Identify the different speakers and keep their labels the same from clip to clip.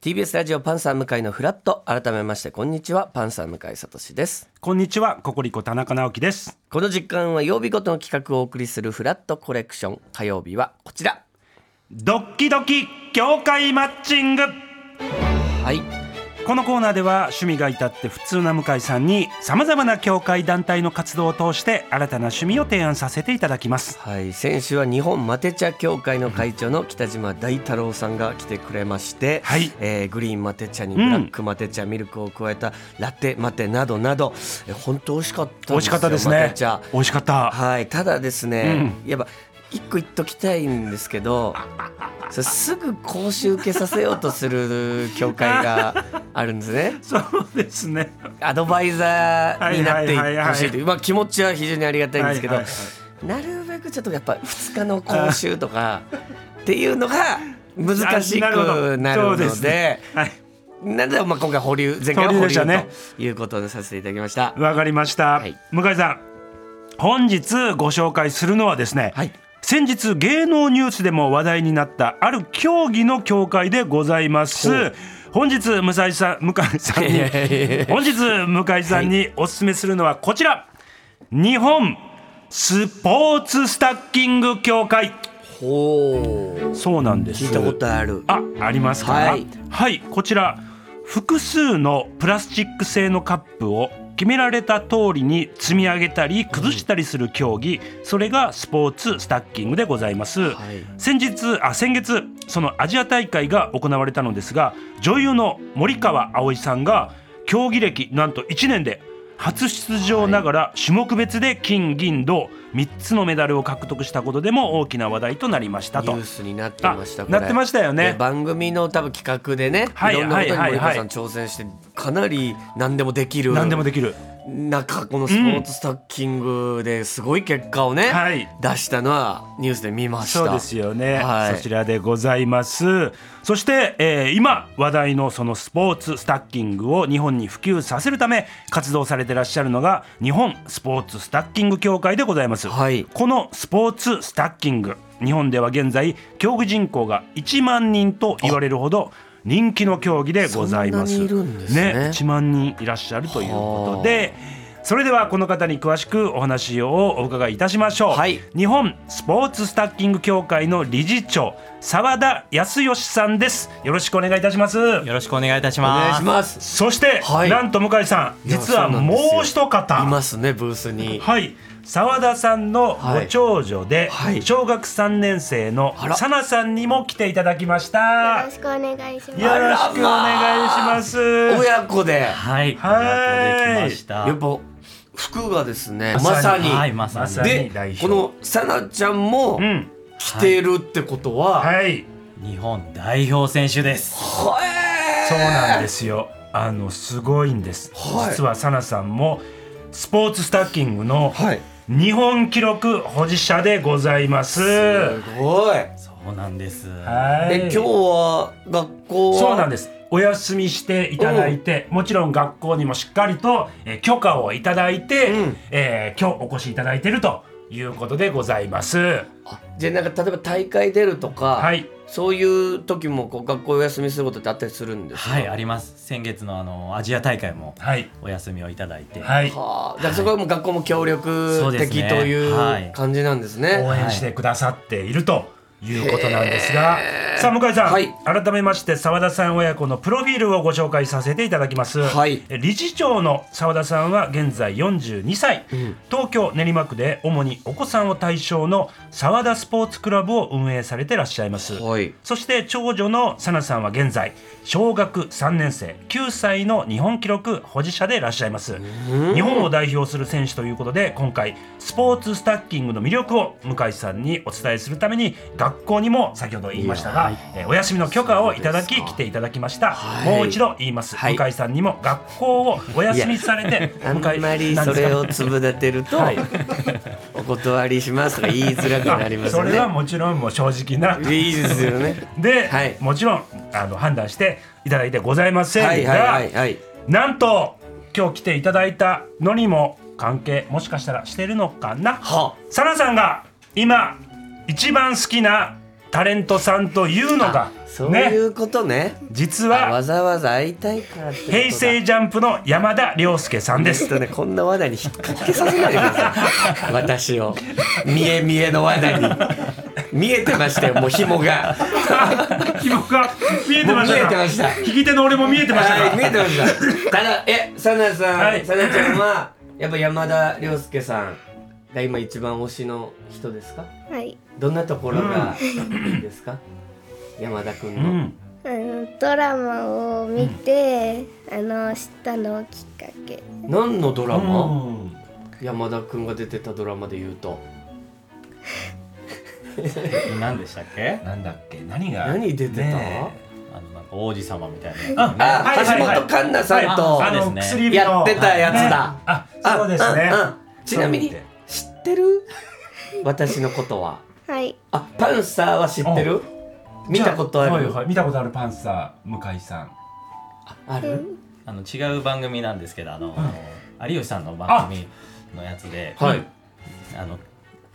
Speaker 1: TBS ラジオパンサー向井のフラット改めましてこんにちはパンサー向井聡です
Speaker 2: こんにちはココリコ田中直樹です
Speaker 1: この時間は曜日ごとの企画をお送りするフラットコレクション火曜日はこちら
Speaker 2: ドッキドキ業界マッチング
Speaker 1: はい
Speaker 2: このコーナーでは趣味が至って普通な向井さんにさまざまな協会団体の活動を通して新たな趣味を提案させていただきます
Speaker 1: はい先週は日本マテ茶協会の会長の北島大太郎さんが来てくれまして、
Speaker 2: はい
Speaker 1: えーグリーンマテ茶に
Speaker 2: う
Speaker 1: ブ
Speaker 2: ん
Speaker 1: ラックマテ茶、ミルクを加えたラテマテなどなど、えー本当美味しかったんですよ
Speaker 2: 美味しかったです
Speaker 1: マ
Speaker 2: ね
Speaker 1: テ茶
Speaker 2: 美味しかった
Speaker 1: はいただですね、やっぱ一個言っときたいんですけどそれすぐ講習受けさせようとする協会があるんですね
Speaker 2: そうですね
Speaker 1: アドバイザーになってほしいと
Speaker 2: はいはいはい
Speaker 1: いうまあ気持ちは非常にありがたいんですけど、
Speaker 2: はいはい
Speaker 1: なるべくちょっとやっぱ2日の講習と かっていうのが難しく
Speaker 2: あなるほど
Speaker 1: なるの
Speaker 2: そう
Speaker 1: で
Speaker 2: ですねはい
Speaker 1: なのでまあ今回保留前回は保
Speaker 2: 保留
Speaker 1: 留
Speaker 2: でしたね
Speaker 1: ということにさせていただきました。
Speaker 2: わかりました、
Speaker 1: はい
Speaker 2: 向井さん本日ご紹介するのはです ね、
Speaker 1: はい
Speaker 2: 先日芸能ニュースでも話題になったある競技の協会でございま
Speaker 1: ほ
Speaker 2: す
Speaker 1: う
Speaker 2: 本日向井さん向井さん に
Speaker 1: いやいやいや
Speaker 2: 本日向井さんにお勧めするのはこちら、日本スポーツスタッキング協会
Speaker 1: ほう
Speaker 2: そうなんです
Speaker 1: 聞いたことある。
Speaker 2: あ、ありますか。
Speaker 1: は
Speaker 2: はいい、こちら複数のプラスチック製のカップを決められた通りに積み上げたり崩したりする競技、それがスポーツスタッキングでございます。
Speaker 1: い
Speaker 2: 先日あ先月そのアジア大会が行われたのですが、女優の森川葵さんが競技歴なんと1年で初出場ながら種目別で金銀銅3つのメダルを獲得したことでも大きな話題となりました
Speaker 1: ニ
Speaker 2: と
Speaker 1: ュー。スになってました
Speaker 2: あ
Speaker 1: これ
Speaker 2: なってましたよね
Speaker 1: で番組の多分企画でね、
Speaker 2: はい
Speaker 1: い、ろんなことに
Speaker 2: はい
Speaker 1: 森川
Speaker 2: はい
Speaker 1: さ
Speaker 2: は
Speaker 1: ん
Speaker 2: い
Speaker 1: 挑戦してかなり何でもできる
Speaker 2: 何でもできる。
Speaker 1: 中このスポーツスタッキングですごい結果をね、
Speaker 2: はい
Speaker 1: 出したのはニュースで見ました
Speaker 2: そうですよね、
Speaker 1: はい
Speaker 2: そちらでございますそして、えー今話題のそのスポーツスタッキングを日本に普及させるため活動されてらっしゃるのが日本スポーツスタッキング協会でございます、
Speaker 1: はい
Speaker 2: このスポーツスタッキング日本では現在競技人口が1万人と言われるほど人気の競技でございます
Speaker 1: そんなにいるんですね
Speaker 2: 1万人いらっしゃるということでそれではこの方に詳しくお話をお伺いいたしましょう、
Speaker 1: はい
Speaker 2: 日本スポーツスタッキング協会の理事長澤田康義さんですよろしくお願いいたします
Speaker 3: よろしくお願いいたし
Speaker 1: お願い
Speaker 3: ま
Speaker 1: し
Speaker 3: す。
Speaker 1: ます
Speaker 2: そして、
Speaker 1: はい
Speaker 2: なんと向井さん
Speaker 1: いや
Speaker 2: 実は
Speaker 1: そうなんですよ
Speaker 2: もう一方
Speaker 1: いますねブースに
Speaker 2: はい澤田さんのご長女で、
Speaker 1: はいはい
Speaker 2: 小学3年生の
Speaker 1: あら
Speaker 2: さなさんにも来ていただきました
Speaker 4: よろしくお願いします。
Speaker 2: よろしくお願いします
Speaker 1: 親子でや
Speaker 3: はい、
Speaker 2: はい
Speaker 3: やっとできました。
Speaker 1: っぱ服がですねま
Speaker 2: ま
Speaker 1: さ
Speaker 2: さ
Speaker 1: に
Speaker 2: に
Speaker 3: はい、まさ
Speaker 2: ま
Speaker 3: に。
Speaker 2: さに代
Speaker 1: で
Speaker 2: 表
Speaker 1: このさなちゃんも
Speaker 2: うん
Speaker 1: 着てるってことは、
Speaker 2: はい
Speaker 3: 日本代表選手です。
Speaker 1: はえー
Speaker 2: そうなんですよ。あのすごいんです。
Speaker 1: はい
Speaker 2: 実はサナさんもスポーツスタッキングの
Speaker 1: はい
Speaker 2: 日本記録保持者でございます。
Speaker 1: すごい
Speaker 3: そうなんです。
Speaker 2: はい。
Speaker 1: え今日は学校は
Speaker 2: そうなんです。お休みしていただいて、もちろん学校にもしっかりと、えー許可をいただいて、
Speaker 1: うん
Speaker 2: えー今日お越しいただいているということでございます。
Speaker 1: あじゃあなんか例えば大会出るとか、
Speaker 2: はい。
Speaker 1: そういう時もこう学校お休みすることってあったりするんですか
Speaker 3: はい、あります。先月のあのアジア大会も
Speaker 2: はい。
Speaker 3: お休みをいただいて、
Speaker 2: はい。
Speaker 1: はあ、じゃあそこはもう学校も協力
Speaker 3: そうです
Speaker 1: 的
Speaker 3: ね
Speaker 1: と
Speaker 3: は
Speaker 1: いう
Speaker 3: い
Speaker 1: 感じなんですね。
Speaker 2: 応援してくださっているということなんですが、さあ向井さん、
Speaker 1: はい
Speaker 2: 改めまして澤田さん親子のプロフィールをご紹介させていただきます、
Speaker 1: はい
Speaker 2: え理事長の澤田さんは現在42歳、東京練馬区で主にお子さんを対象の澤田スポーツクラブを運営されてらっしゃいます、
Speaker 1: はい
Speaker 2: そして長女のさなさんは現在小学3年生9歳の日本記録保持者でいらっしゃいます日本を代表する選手ということで今回スポーツスタッキングの魅力を向井さんにお伝えするために学校にも先ほど言いましたが、えーお休みの許可をいただき来ていただきました、
Speaker 1: い
Speaker 2: もう一度言います、
Speaker 1: はい
Speaker 2: 向井さんにも学校をお休みされて
Speaker 1: あん
Speaker 2: 向井
Speaker 1: まり
Speaker 2: なんで
Speaker 1: そ
Speaker 2: すか
Speaker 1: れをつぶだてると、
Speaker 2: はい
Speaker 1: お断りしますとか言いづらくなります
Speaker 2: そ
Speaker 1: よ
Speaker 2: れは
Speaker 1: ね。
Speaker 2: もちろんもう正直ない
Speaker 1: いですよね。
Speaker 2: で、
Speaker 1: はい
Speaker 2: もちろんあの判断していただいてございませんが、
Speaker 1: はいはいはいはい。
Speaker 2: なんと今日来ていただいたのにも関係もしかしたらしてるのかな
Speaker 1: は
Speaker 2: サラさんが今一番好きなタレントさんというのが
Speaker 1: そうい
Speaker 2: ね
Speaker 1: うことね
Speaker 2: 実
Speaker 1: あわ
Speaker 2: は
Speaker 1: ざわざ会いたいからってことだ
Speaker 2: 平成ジャンプの山田涼介さんで
Speaker 1: ちょっ
Speaker 2: す
Speaker 1: とねこんな話題に引っ掛けさせないでください私を見え見えの話題に見えてましたよもう紐が
Speaker 2: 記憶が見えてまし
Speaker 1: もう見え
Speaker 2: た
Speaker 1: て
Speaker 2: か
Speaker 1: ました
Speaker 2: 引き手の俺も見えてました
Speaker 1: はい見
Speaker 2: か
Speaker 1: えてましたただえサナさん、
Speaker 2: はい
Speaker 1: サナちゃんはやっぱ山田涼介さんが今一番推しの人ですか
Speaker 4: はい。
Speaker 1: どんなところがいいですか、山田君
Speaker 2: う
Speaker 1: の、
Speaker 2: ん
Speaker 4: あのドラマを見て、あの知ったのをきっかけ。
Speaker 1: 何のドラマ、
Speaker 2: うん
Speaker 1: 山田君が出てたドラマで言うと
Speaker 3: 何でしたっけ
Speaker 2: なんだっけ何が
Speaker 1: 何出てた
Speaker 2: ね
Speaker 3: あのなんか王子様みたいな
Speaker 2: あ
Speaker 1: あ、
Speaker 2: はいはい
Speaker 1: 橋
Speaker 2: はい
Speaker 1: 本環奈さんと
Speaker 2: あ
Speaker 3: そう
Speaker 2: の
Speaker 3: ですね
Speaker 2: 薬指の
Speaker 1: やってたやつだ、
Speaker 2: ねあそうですね
Speaker 1: んうんちなみに
Speaker 2: そう
Speaker 1: 知
Speaker 2: 見て
Speaker 1: ってる私のことは
Speaker 4: はい。
Speaker 1: あパンサーは知ってる見たことあ
Speaker 2: はい
Speaker 1: る
Speaker 2: はい見たことあるパンサー向井さん
Speaker 1: ある
Speaker 3: あの違う番組なんですけどあの、有吉さんの番組のやつであ、
Speaker 1: はい
Speaker 3: の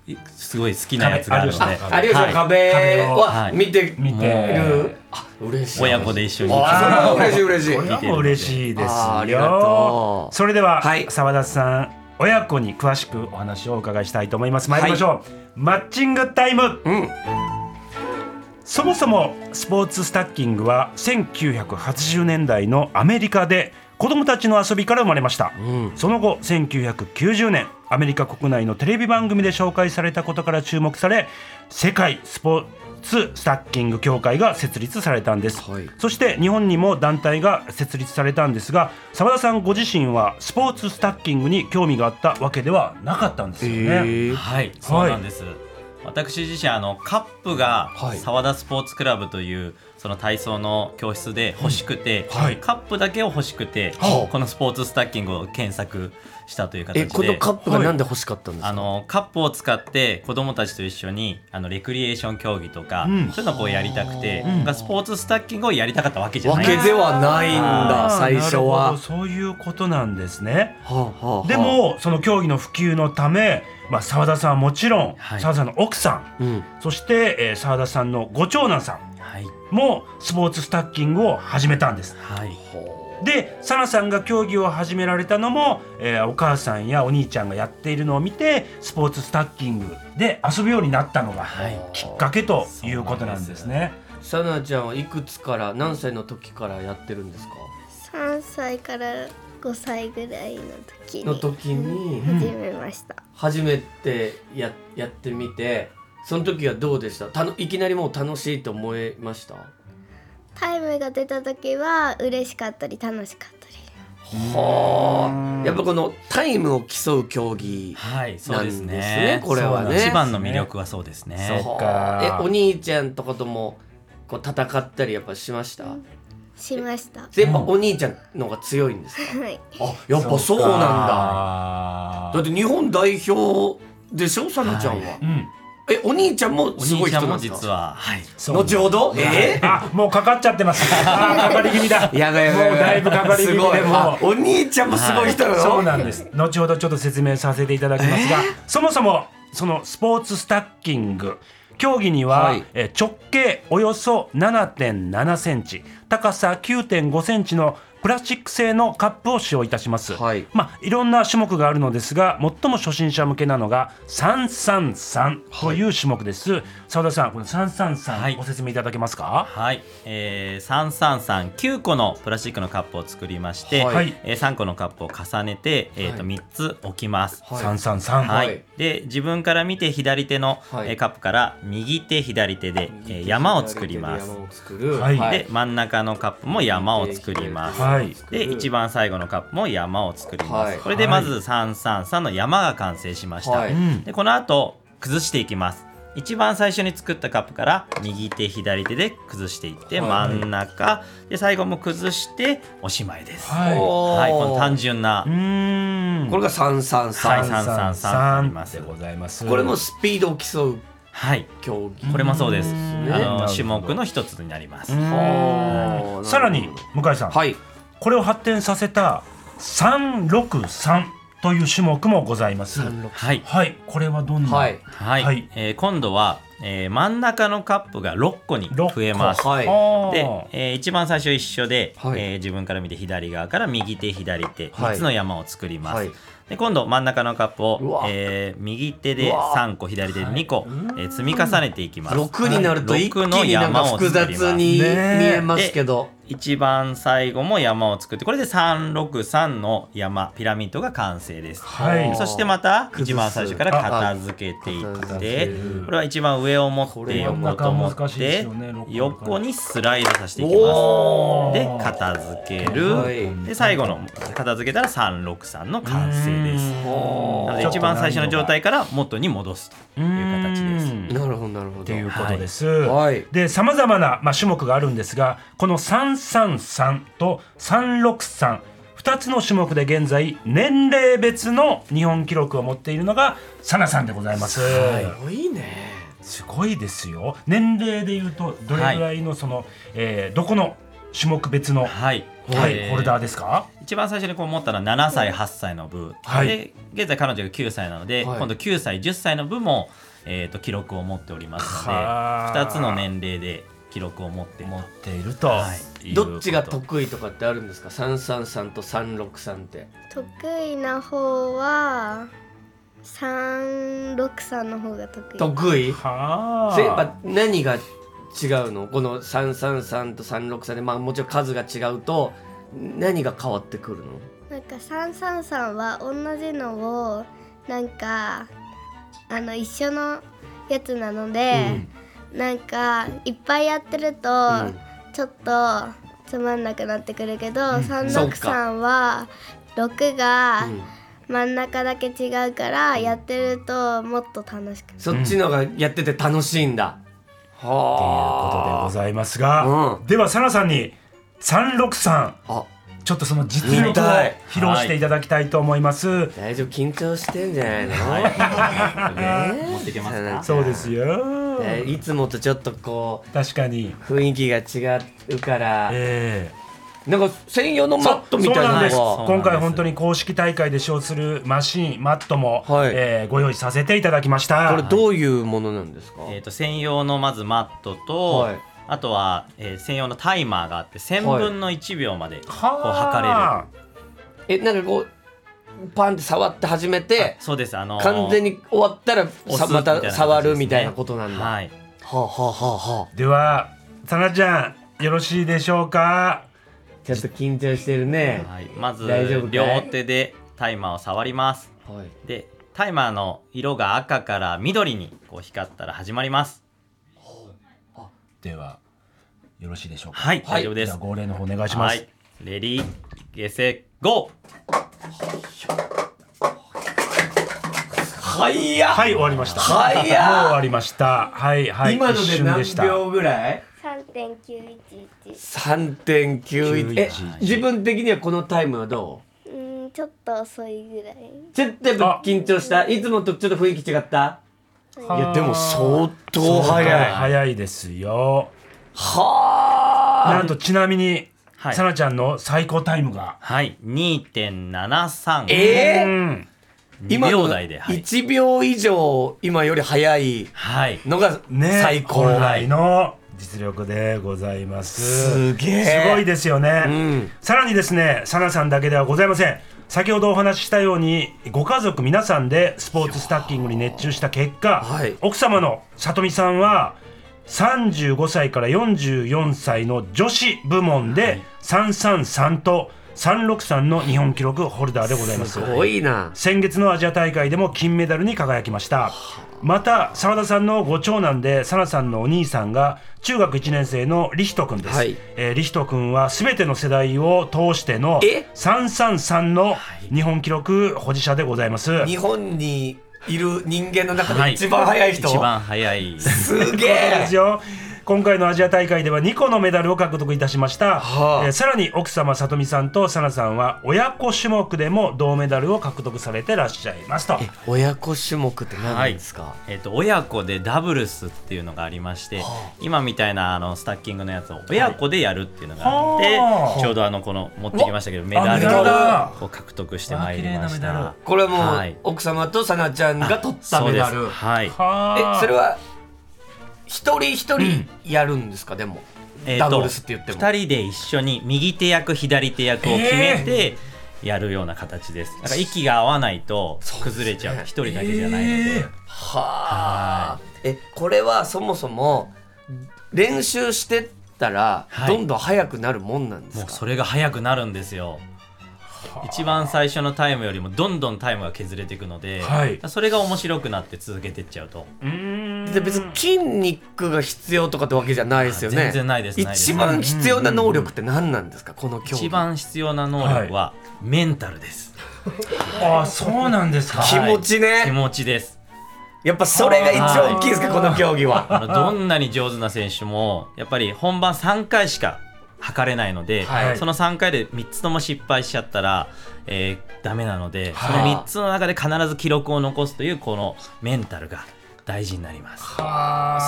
Speaker 3: いすごい好きなやつがあるので
Speaker 2: 壁有吉さん
Speaker 1: あ有吉の
Speaker 3: はい
Speaker 1: 壁
Speaker 2: 壁を
Speaker 1: は
Speaker 3: はい
Speaker 1: 見てる
Speaker 2: 見て
Speaker 3: も
Speaker 1: あ嬉しい
Speaker 3: 親子で一緒に
Speaker 1: あそれは嬉しい嬉しい
Speaker 2: これはもう嬉しいですよ
Speaker 1: あーありがとう
Speaker 2: それでは
Speaker 1: はい
Speaker 2: 澤田さん親子に詳しくお話をお伺いしたいと思います参りましょう、マッチングタイム
Speaker 1: うん
Speaker 2: そもそもスポーツスタッキングは1980年代のアメリカで子供たちの遊びから生まれました、
Speaker 1: うん
Speaker 2: その後1990年アメリカ国内のテレビ番組で紹介されたことから注目され世界スポーツスタッキング協会が設立されたんです、
Speaker 1: はい
Speaker 2: そして日本にも団体が設立されたんですが澤田さんご自身はスポーツスタッキングに興味があったわけではなかったんですよね、
Speaker 1: えー
Speaker 3: はい、そうなんです。私自身あのカップが
Speaker 1: はい
Speaker 3: 沢田スポーツクラブというその体操の教室で欲しくて、
Speaker 2: うんはい
Speaker 3: カップだけを欲しくて、
Speaker 1: はあ
Speaker 3: このスポーツスタッキングを検索したという形で
Speaker 1: えこのカップがなんで欲しかったんです
Speaker 3: あ
Speaker 1: か
Speaker 3: のカップを使って子どもたちと一緒にあのレクリエーション競技とか、
Speaker 2: うん
Speaker 3: そういうのをこうやりたくて、
Speaker 2: うん
Speaker 3: 僕はスポーツスタッキングをやりたかったわけじゃ
Speaker 1: わ
Speaker 3: ない
Speaker 1: けではないん
Speaker 2: あ
Speaker 1: だ
Speaker 2: ー
Speaker 1: 最初は
Speaker 2: なるほどそういうことなんですね
Speaker 1: はあはあはあ
Speaker 2: で、もその競技の普及のため、まあ、澤田さんはもちろん
Speaker 3: はい
Speaker 2: 澤田さんの奥さん
Speaker 1: うん、
Speaker 2: そして、えー澤田さんのご長男さん
Speaker 3: はい、
Speaker 2: もスポーツスタッキングを始めたんです
Speaker 3: はい、
Speaker 2: でサナさんが競技を始められたのも、えーお母さんやお兄ちゃんがやっているのを見てスポーツスタッキングで遊ぶようになったのが
Speaker 3: はい
Speaker 2: きっかけということなんですね。
Speaker 1: さなちゃんはいくつから何歳の時からやってるんですか
Speaker 4: 三歳から五歳ぐらいの時に
Speaker 1: の時に
Speaker 4: 始めました。
Speaker 1: 初めてややってみてその時はどうでしたたのいきなりもう楽しいと思いました
Speaker 4: タイムが出た時は嬉しかったり楽しかったり。
Speaker 1: はあやっぱこのタイムを競う競技
Speaker 3: はい、そうです
Speaker 1: なん
Speaker 3: ね。
Speaker 1: ですねこれはね
Speaker 3: そうなんです一番の魅力はそうですね。
Speaker 2: そうか
Speaker 1: えお兄ちゃんとかともこう戦ったりやっぱしました
Speaker 4: しました。
Speaker 1: やっぱお兄ちゃんの方が強いんですか
Speaker 4: はい。
Speaker 1: あやっぱそうなんだ
Speaker 2: だ
Speaker 1: だって日本代表でしょさなちゃんは、
Speaker 2: うん、
Speaker 1: えお兄ちゃんも
Speaker 3: お
Speaker 1: すご
Speaker 3: 兄
Speaker 1: い
Speaker 3: ちゃ
Speaker 1: 人
Speaker 3: ん
Speaker 1: なん
Speaker 3: も
Speaker 1: ですか
Speaker 3: 実は、はい、
Speaker 2: そう
Speaker 1: 後ほどえー
Speaker 2: あもうかかっちゃってます。あーかかり気味だ。
Speaker 1: やばいやばい
Speaker 2: もうだいぶかかり気味
Speaker 1: す
Speaker 2: で
Speaker 1: ごい
Speaker 2: も
Speaker 1: あ
Speaker 2: う。
Speaker 1: お兄ちゃんもすごい人なの、
Speaker 2: そうなんです。後ほどちょっと説明させていただきますが、そもそもそのスポーツスタッキング競技には、
Speaker 1: はい
Speaker 2: えー直径およそ7.7センチ、高さ9.5センチのプラスチック製のカップを使用いたします。
Speaker 1: はい
Speaker 2: まあいろんな種目があるのですが、最も初心者向けなのが333という種目です。澤、田さん、この333、
Speaker 3: はい
Speaker 2: ご説明いただけますか？
Speaker 3: はい、えー、三三三九個のプラスチックのカップを作りまして、
Speaker 1: はい
Speaker 2: はい
Speaker 3: えー、3個のカップを重ねて、えー、
Speaker 1: はい
Speaker 3: と3つ置きます。
Speaker 1: はい
Speaker 2: 三三三。
Speaker 3: はい
Speaker 1: はい
Speaker 3: で自分から見て左手の、
Speaker 1: はい
Speaker 3: えーカップから右手左手で、えー山を作ります。
Speaker 1: 山を作る
Speaker 2: はい
Speaker 3: で真ん中のカップも山を作ります。
Speaker 2: はい
Speaker 3: で一番最後のカップも山を作りま
Speaker 1: は
Speaker 3: す。
Speaker 1: い
Speaker 3: これでまず333の山が完成しました。
Speaker 1: はい
Speaker 2: うん。
Speaker 3: でこの後崩していきます一番最初に作ったカップから右手左手で崩していって
Speaker 1: はい
Speaker 3: 真ん中で最後も崩しておしまいですは
Speaker 2: はい。
Speaker 1: おー
Speaker 3: いこの単純な
Speaker 2: うーん。
Speaker 1: これが三三三
Speaker 3: はい三三三あります
Speaker 2: でございます。
Speaker 1: これもスピードを競う
Speaker 3: はい
Speaker 1: 競技
Speaker 3: これもそうです
Speaker 1: ん
Speaker 3: あ
Speaker 1: なる
Speaker 2: ほど
Speaker 3: の種目の一つになります
Speaker 2: うーん
Speaker 1: はあ
Speaker 2: さらに向井さん、
Speaker 1: はい
Speaker 2: これを発展させた三六三という種目もございます。
Speaker 1: 三六
Speaker 3: はい
Speaker 2: はい。これはどんな？
Speaker 1: はい
Speaker 3: はい、
Speaker 2: はい
Speaker 3: えー今度は、えー真ん中のカップが6個に増えます。
Speaker 1: はい
Speaker 3: で
Speaker 2: は、
Speaker 3: えー一番最初一緒で、
Speaker 1: はい
Speaker 3: えー自分から見て左側から右手左手
Speaker 1: はい
Speaker 3: 3つの山を作ります、
Speaker 1: はい
Speaker 3: で今度真ん中のカップ
Speaker 1: う
Speaker 3: を
Speaker 1: わ、
Speaker 3: えー右手で
Speaker 1: うわ
Speaker 3: 3個左手で2個、えー積み重ねていきます
Speaker 1: 六になると一気
Speaker 3: 六の
Speaker 1: になんか
Speaker 3: 山を作
Speaker 1: 複
Speaker 3: り
Speaker 1: 雑
Speaker 3: ます
Speaker 1: に見
Speaker 2: ねえ
Speaker 1: えますけど、
Speaker 3: 一番最後も山を作ってこれで363の山ピラミッドが完成です
Speaker 2: はい
Speaker 3: そしてまた
Speaker 1: 崩す
Speaker 3: 一番最初から片付けてい
Speaker 1: 片
Speaker 3: っ
Speaker 1: 付
Speaker 3: て
Speaker 1: ける
Speaker 3: これは一番上を持って横と持
Speaker 2: これ真ん中難
Speaker 3: っ
Speaker 2: しいです
Speaker 3: て
Speaker 2: よね六個の
Speaker 3: 横にスライドさせていきま
Speaker 1: お
Speaker 3: す
Speaker 2: ー
Speaker 3: で片付け
Speaker 1: はい
Speaker 3: るで最後の片付けたら363の完成ですなので一番最初の状態から元に戻すという形です
Speaker 2: っ
Speaker 1: なるほどなるほ
Speaker 2: て
Speaker 1: ど
Speaker 2: いうことです。
Speaker 1: はい
Speaker 2: でさまざまな、まあ、種目があるんですがこの333と363 2つの種目で現在年齢別の日本記録を持っているのがサナさんでございま
Speaker 1: す
Speaker 2: す、
Speaker 1: ごいね
Speaker 2: すごいですよ年齢でいうとどれぐらいのその、えーどこの種目別の、は
Speaker 3: はい
Speaker 2: い
Speaker 3: えー
Speaker 2: ホルダーですか
Speaker 3: 一番最初にこう思ったのは7歳8歳の部、
Speaker 2: はい
Speaker 3: で現在彼女が9歳なので、
Speaker 1: はい
Speaker 3: 今度9歳10歳の部も、えー、と記録を持っておりますので
Speaker 2: はあ
Speaker 3: 2つの年齢で記録を持っていると
Speaker 2: 持っていると、
Speaker 3: はい
Speaker 1: どっちが
Speaker 3: いうこと
Speaker 1: 得意とかってあるんですか333と363って
Speaker 4: 得意な方は三六三の方が得意。
Speaker 1: 得意
Speaker 2: はあ
Speaker 1: せやっぱ何が違うのこの333と363でまあもちろん数が違うと何が変わってくるの
Speaker 4: なんか三三三は同じのをなんかあの一緒のやつなので、なんかいっぱいやってると、
Speaker 1: ん
Speaker 4: ちょっとつまんなくなってくるけど、三
Speaker 1: そう
Speaker 4: 六
Speaker 1: か
Speaker 4: 三は六が
Speaker 1: うん
Speaker 4: 真ん中だけ違うからやってるともっと楽しくなる。
Speaker 1: そっちのがやってて楽しいんだ、
Speaker 2: ということでご
Speaker 1: は
Speaker 2: ざいますが、
Speaker 1: う
Speaker 2: ではサナさんに363
Speaker 1: ああ
Speaker 2: ちょっとその実力を
Speaker 1: 見たい
Speaker 2: 披露していただきたいと思います。
Speaker 1: 大丈夫緊張してんじゃないの、
Speaker 3: はい
Speaker 1: ねえ
Speaker 3: 持っていけますか
Speaker 2: そうですよ。
Speaker 1: ねいつもとちょっとこ
Speaker 2: 確かに。
Speaker 1: う雰囲気が違うから、
Speaker 2: え
Speaker 1: なんか専用の
Speaker 2: え
Speaker 1: マットみたい
Speaker 2: そうなん
Speaker 1: な
Speaker 2: です
Speaker 1: のが
Speaker 3: うなんです
Speaker 2: 今回本当に公式大会で使用するマシンマットも、
Speaker 1: はい
Speaker 2: えーご用意させていただきました
Speaker 1: これどういうものなんですか、
Speaker 3: えーと専用のまずマットと、
Speaker 1: はい
Speaker 3: あとは、えー専用のタイマーがあって1000分の1秒までこう測れる、
Speaker 2: は
Speaker 1: えなんかこうパンって触って始めて
Speaker 3: そうですあのー
Speaker 1: 完全に終わったら
Speaker 3: 押
Speaker 1: さ
Speaker 3: す
Speaker 1: ま
Speaker 3: みたい
Speaker 1: た
Speaker 3: な感じですね
Speaker 1: 触るみたいなことなんだ、は
Speaker 3: はい
Speaker 1: あ、はあはあはあ、
Speaker 2: あではサナちゃんよろしいでしょうか
Speaker 1: ちょっと緊張してるね、
Speaker 3: はい、まず
Speaker 1: 大丈夫かい
Speaker 3: 両手でタイマーを触ります
Speaker 1: はい、
Speaker 3: でタイマーの色が赤から緑にこう光ったら始まります
Speaker 2: ではよろしいでしょうか
Speaker 3: はい、大丈夫で
Speaker 2: ですは号令の方お願いしま
Speaker 3: は
Speaker 2: す、
Speaker 3: いレディーゲセゴ
Speaker 1: はいや、
Speaker 2: はい、終わりました。
Speaker 1: 早っ
Speaker 2: もう終わりました。はい、はい、
Speaker 1: 今の
Speaker 2: 一
Speaker 1: で
Speaker 2: 瞬
Speaker 1: 何
Speaker 2: した
Speaker 1: 秒ぐらい
Speaker 4: 三点九一一。
Speaker 1: 3.91え
Speaker 2: 91
Speaker 1: 自分的にはこのタイムはど
Speaker 4: うん、ちょっと遅いぐらい。
Speaker 1: うちょっとやっぱ緊張したいつもとちょっと雰囲気違った
Speaker 2: いやでも
Speaker 1: 相当
Speaker 2: 早いですよ。
Speaker 1: は
Speaker 2: なんとちなみに、
Speaker 3: はい
Speaker 2: さなちゃんの最高タイムが。
Speaker 3: はい2.73
Speaker 1: えー、
Speaker 2: うん。
Speaker 1: 今
Speaker 3: 2
Speaker 1: の
Speaker 3: 秒台ではい、
Speaker 1: 1秒以上今より早い
Speaker 3: はい、
Speaker 1: のが
Speaker 2: ね、
Speaker 1: 最高、
Speaker 2: 本来の実力でございます。
Speaker 1: すげえ
Speaker 2: すごいですよね。
Speaker 1: うん
Speaker 2: さらにですね、サナさんだけではございません。先ほどお話ししたように、ご家族皆さんでスポーツスタッキングに熱中した結果、
Speaker 1: はい
Speaker 2: 奥様のさとみさんは、35歳から44歳の女子部門で333と363の日本記録ホルダーでございます。
Speaker 1: すごいな
Speaker 2: 先月のアジア大会でも金メダルに輝きましたまた澤田さんのご長男でサナさんのお兄さんが中学1年生のリヒト君です、
Speaker 1: はい
Speaker 2: えーリヒト君は全ての世代を通しての
Speaker 1: え
Speaker 2: 333の日本記録保持者でございます
Speaker 1: 日本にいる人間の中
Speaker 3: は
Speaker 1: で一番早い人、
Speaker 3: 一番早い
Speaker 1: すげ
Speaker 2: で
Speaker 1: え
Speaker 2: すよ今回のアジア大会では2個のメダルを獲得いたしました、
Speaker 1: はあ
Speaker 2: えーさらに奥様さとみさんとサナさんは親子種目でも銅メダルを獲得されてらっしゃいますと
Speaker 1: 親子種目って何なんですか、
Speaker 3: えっと親子でダブルスっていうのがありまして、今みたいなあのスタッキングのやつを親子でやるっていうのがあって、
Speaker 2: はあ
Speaker 3: ちょうどあのこの持ってきましたけどメダ
Speaker 1: メ
Speaker 3: ル
Speaker 2: ダ
Speaker 3: をこう獲得してまいりま
Speaker 2: あ
Speaker 3: し
Speaker 2: 綺麗なメダ
Speaker 3: た。
Speaker 1: これはもう、
Speaker 3: はい
Speaker 1: 奥様とさなちゃんが取った
Speaker 3: そう
Speaker 1: メ
Speaker 3: で
Speaker 1: ダ
Speaker 3: す
Speaker 1: ル
Speaker 3: はい。
Speaker 2: は
Speaker 1: え
Speaker 2: あ
Speaker 1: それは一人一人やるんですか、でも
Speaker 3: えー
Speaker 1: ダ
Speaker 3: と
Speaker 1: ブルスって言っても
Speaker 3: 2人で一緒に右手役左手役を決めてやるような形です、だから息が合わないと崩れちゃう
Speaker 1: そう
Speaker 3: 一、
Speaker 1: です
Speaker 3: 人だけじゃないので、
Speaker 2: えー
Speaker 1: はあえこれはそもそも練習してったら
Speaker 3: はい
Speaker 1: どんどん速くなるもんなんです
Speaker 3: もう
Speaker 1: か、
Speaker 3: それが速くなるんですよ一番最初のタイムよりもどんどんタイムが削れていくので、
Speaker 2: はい
Speaker 3: それが面白くなって続けていっちゃうと
Speaker 2: うーん
Speaker 1: で別に筋肉が必要とかってわけじゃないですよね
Speaker 3: 全然ないですないです
Speaker 1: 一番必要な能力って何なんですかこの競技
Speaker 3: 一番必要な能力はメンタルです、
Speaker 2: ああそうなんですか
Speaker 1: 気持ちね
Speaker 3: 気持ちです
Speaker 1: やっぱそれが一番大きいですかこの競技は
Speaker 3: あ のどんなに上手な選手もやっぱり本番3回しか測れないので、
Speaker 1: はい
Speaker 3: その3回で3つとも失敗しちゃったら、えー、ダメなので、
Speaker 1: はい
Speaker 3: その3つの中で必ず記録を残すというこのメンタルが大事になります。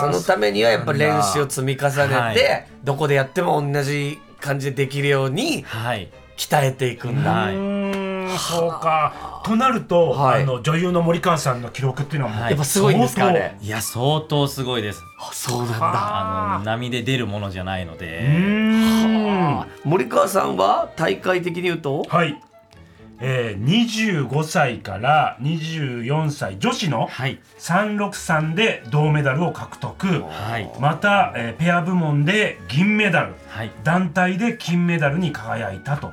Speaker 1: そのためにはやっぱ練習を積み重
Speaker 3: は
Speaker 1: ねて
Speaker 3: い
Speaker 1: どこでやっても同じ感じでできるように
Speaker 3: はい、
Speaker 1: 鍛えていくんだ、
Speaker 3: はいう
Speaker 2: ーんそうかとなると、
Speaker 1: はい
Speaker 2: あの女優の森川さんの記録っていうのはもう、
Speaker 3: はい
Speaker 1: やっぱすごいんですかあれ
Speaker 3: いや相当すごいです
Speaker 1: あそうなん
Speaker 2: は
Speaker 1: だ
Speaker 3: あの波で出るものじゃないの
Speaker 2: うー
Speaker 3: で
Speaker 2: ん
Speaker 1: あ森川さんは大会的に言うと
Speaker 2: はい、えー、25歳から24歳女子の
Speaker 3: はい
Speaker 2: 363で銅メダルを獲得
Speaker 3: はい
Speaker 2: また、えーペア部門で銀メダル
Speaker 3: はい
Speaker 2: 団体で金メダルに輝いたと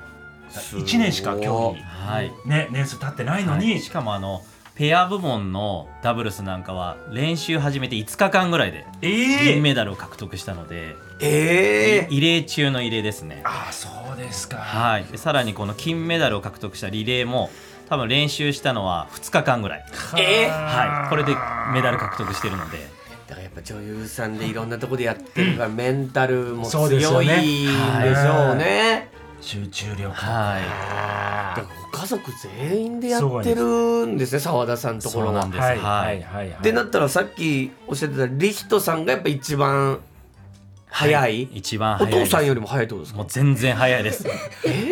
Speaker 2: 1年しか競
Speaker 3: はい
Speaker 2: 技、ね、年数経ってないの
Speaker 3: は
Speaker 2: に、
Speaker 3: いしかもあのペア部門のダブルスなんかは練習始めて5日間ぐらいで
Speaker 2: ええ
Speaker 3: 銀メダルを獲得したので、
Speaker 1: ええ
Speaker 3: 異例中の異例ですね
Speaker 2: ああそうですか、
Speaker 3: はいでさらにこの金メダルを獲得したリレーも多分練習したのは2日間ぐらい
Speaker 1: ええ
Speaker 3: はいこれでメダル獲得してるので
Speaker 1: だからやっぱ女優さんでいろんなとこでやってるからメンタルも
Speaker 2: そうですよ
Speaker 1: 強いん
Speaker 2: ね
Speaker 1: でしょうね。
Speaker 2: 集中力
Speaker 3: は
Speaker 1: だからご家族全員でやってるんですね澤田さんの
Speaker 3: い
Speaker 1: とこ
Speaker 3: そ
Speaker 1: ろ
Speaker 3: うな
Speaker 1: は
Speaker 3: ん。です
Speaker 2: はい
Speaker 3: は
Speaker 2: はいいはいはい
Speaker 1: ってなったらさっきおっしゃってたリヒトさんがやっぱ一番早い、
Speaker 3: 一番
Speaker 1: お
Speaker 3: 早
Speaker 1: 父
Speaker 3: いです
Speaker 1: さんよりも早いってことです
Speaker 3: も
Speaker 1: か
Speaker 3: う全然早いです。